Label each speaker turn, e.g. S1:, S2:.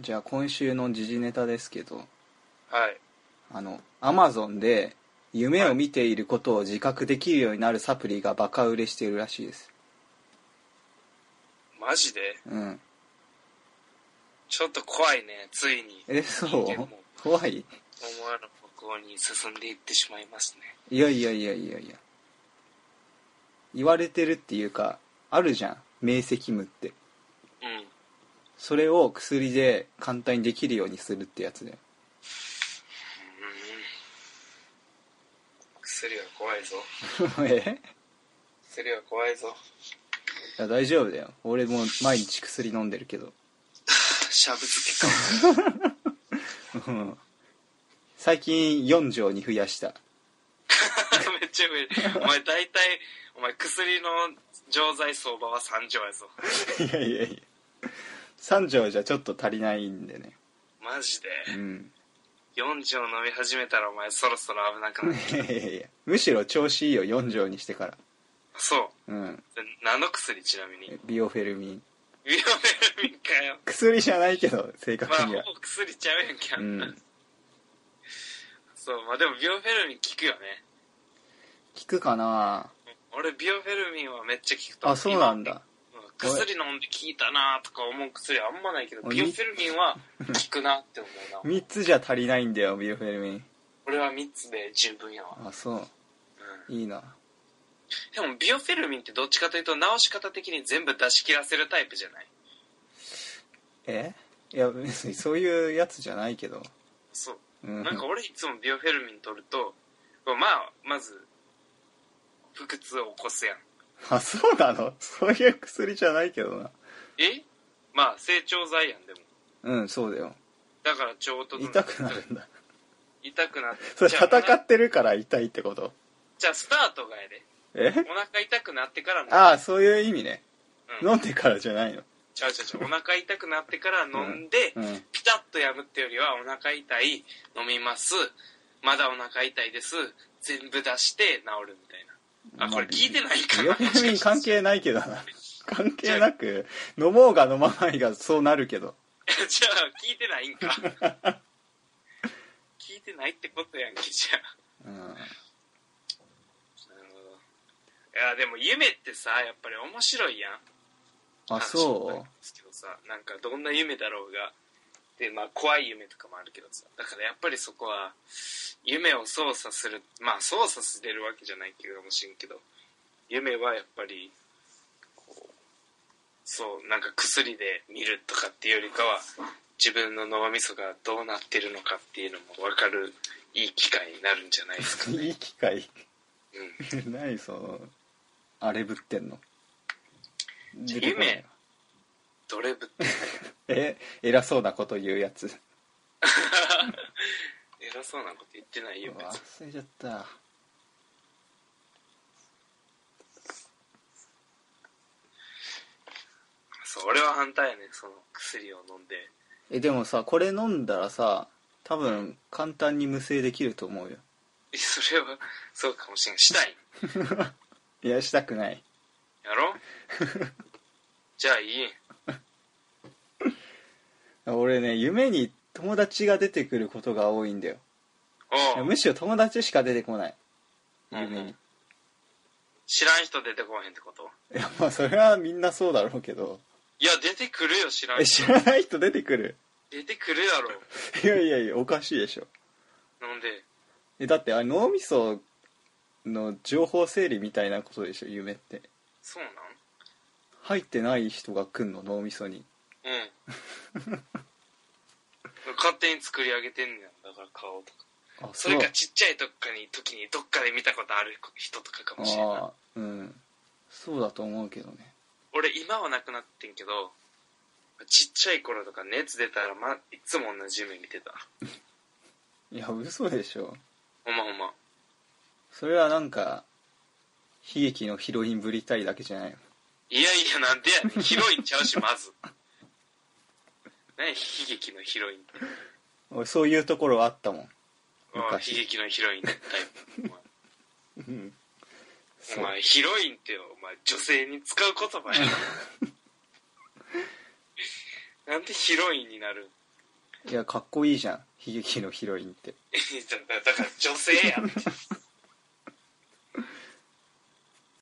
S1: じゃあ今週の時事ネタですけど
S2: はい
S1: あのアマゾンで夢を見ていることを自覚できるようになるサプリがバカ売れしているらしいです
S2: マジで
S1: うん
S2: ちょっと怖いねついに
S1: えそう
S2: 人間も
S1: 怖い
S2: 思わぬ方向に進んでいってしまいますね
S1: いやいやいやいやいや言われてるっていうかあるじゃん明晰夢って
S2: うん
S1: それを薬で簡単にできるようにするってやつで
S2: 薬は怖いぞ
S1: え
S2: 薬は怖いぞ
S1: いや大丈夫だよ俺も毎日薬飲んでるけど
S2: しゃぶ漬けか
S1: うん最近4錠に増やした
S2: めっちゃ上お前大体お前薬の錠剤相場は3錠やぞ
S1: いやいやいや3錠じゃちょっと足りないんでね
S2: マジで
S1: うん
S2: 4錠飲み始めたらお前そろそろ危な くなる
S1: いやいやいやむしろ調子いいよ4錠にしてから
S2: そう
S1: うん
S2: で何の薬ちなみにビオ
S1: ビオフェルミン
S2: メルミンかよ
S1: 薬じゃないけど正
S2: まあ
S1: 確には
S2: ほぼ薬ちゃうやんけ、
S1: うん効
S2: そうまあでもビオフェルミン効くよね
S1: くかな
S2: 俺ビオフェルミンはめっちゃ効くと思
S1: あそうなんだ
S2: うん薬飲んで効いたなとか思う薬あんまないけど
S1: 俺
S2: ビオフェルミンは効くなって思うな
S1: 3つじゃ足りないんだよビオフェルミン
S2: 俺は3つで十分やわ、
S1: あそう
S2: うん
S1: いいな
S2: でもビオフェルミンってどっちかというと治し方的に全部出し切らせるタイプじゃない
S1: えいや別にそういうやつじゃないけど
S2: そう
S1: うん
S2: なんか俺いつもビオフェルミン取るとまあまず腹痛を起こすやん
S1: あそうなのそういう薬じゃないけどな
S2: えまあ成長剤やんでも
S1: うんそうだよ
S2: だからちょうど
S1: 痛くなるんだ
S2: 痛くなって
S1: それ
S2: じゃあお
S1: 戦
S2: 腹
S1: ってるから痛いってこと
S2: じゃあスタートがやで
S1: え
S2: お腹痛くなってから飲む
S1: ああそういう意味ね
S2: うん、
S1: 飲んでからじゃないの
S2: ちゃうちゃうちゃうお腹痛くなってから飲んで、
S1: うん
S2: ピタッとやむってよりはお腹痛い飲みますまだお腹痛いです全部出して治るみたいなあこれ聞いてないか
S1: ビオ
S2: な
S1: フェルミン関係ないけどな関係なく飲もうが飲まないがそうなるけど
S2: じゃあ聞いてないんか聞いてないってことやんけじゃあ
S1: うん
S2: なるほどいやでも夢ってさやっぱり面白いやん
S1: あ
S2: 話も
S1: そ
S2: るんですけどさなんかどんな夢だろうがでまあ怖い夢とかもあるけどさだからやっぱりそこは夢を操作するまあ操作してるわけじゃないけどもしんけど夢はやっぱりこうそうなんか薬で見るとかっていうよりかは自分の脳みそがどうなってるのかっていうのも分かるいい機会になるんじゃないで すか
S1: ういい機会
S2: うん
S1: 何そのあれぶってんの出てこない
S2: 夢ドレブって
S1: え偉そうなこと言うやつ
S2: 偉そうなこと言ってないよ別に
S1: 忘れちゃった
S2: そう俺は反対やねその薬を飲んで
S1: えでもさこれ飲んだらさ多分簡単に無制できると思うよ
S2: えそれはそうかもしれんしたい
S1: いやしたくない
S2: やろじゃあいい
S1: 俺ね夢に友達が出てくることが多いんだよい
S2: お
S1: や
S2: う
S1: むしろ友達しか出てこない
S2: うん
S1: 夢に、い
S2: 知らん人出てこへんってこと
S1: やまあそれはみんなそうだろうけど
S2: いや出てくるよ知らん
S1: え
S2: 人
S1: 知らない人出てくる
S2: 出てくるやろ
S1: いやいやいやおかしいでしょ
S2: なんで
S1: えだってあれ脳みその情報整理みたいなことでしょ夢って
S2: そうなん
S1: 入ってない人が来んの脳みそに
S2: うん 勝手に作り上げてんねやだから顔とか
S1: あ
S2: それかちっちゃい時に時にどっかで見たことある人とかかもしれんない
S1: ああうんそうだと思うけどね
S2: 俺今はなくなってんけどちっちゃい頃とか熱出たら、ま、いつも同じ夢見てた
S1: いや嘘でしょ
S2: ほんまほんま
S1: それはなんか悲劇のヒロインぶりたいだけじゃないの
S2: いやいやなんでやねんヒロインちゃうしまず 何や悲劇のヒロインって
S1: 俺そういうところあったもん
S2: ああ
S1: 昔
S2: 悲劇のヒロインだよ
S1: うん
S2: お
S1: そう
S2: 前お前ヒロインってお前女性に使 う言葉やななんでヒロインになる
S1: いやかっこいいじゃん悲劇のヒロインって
S2: だから女性やん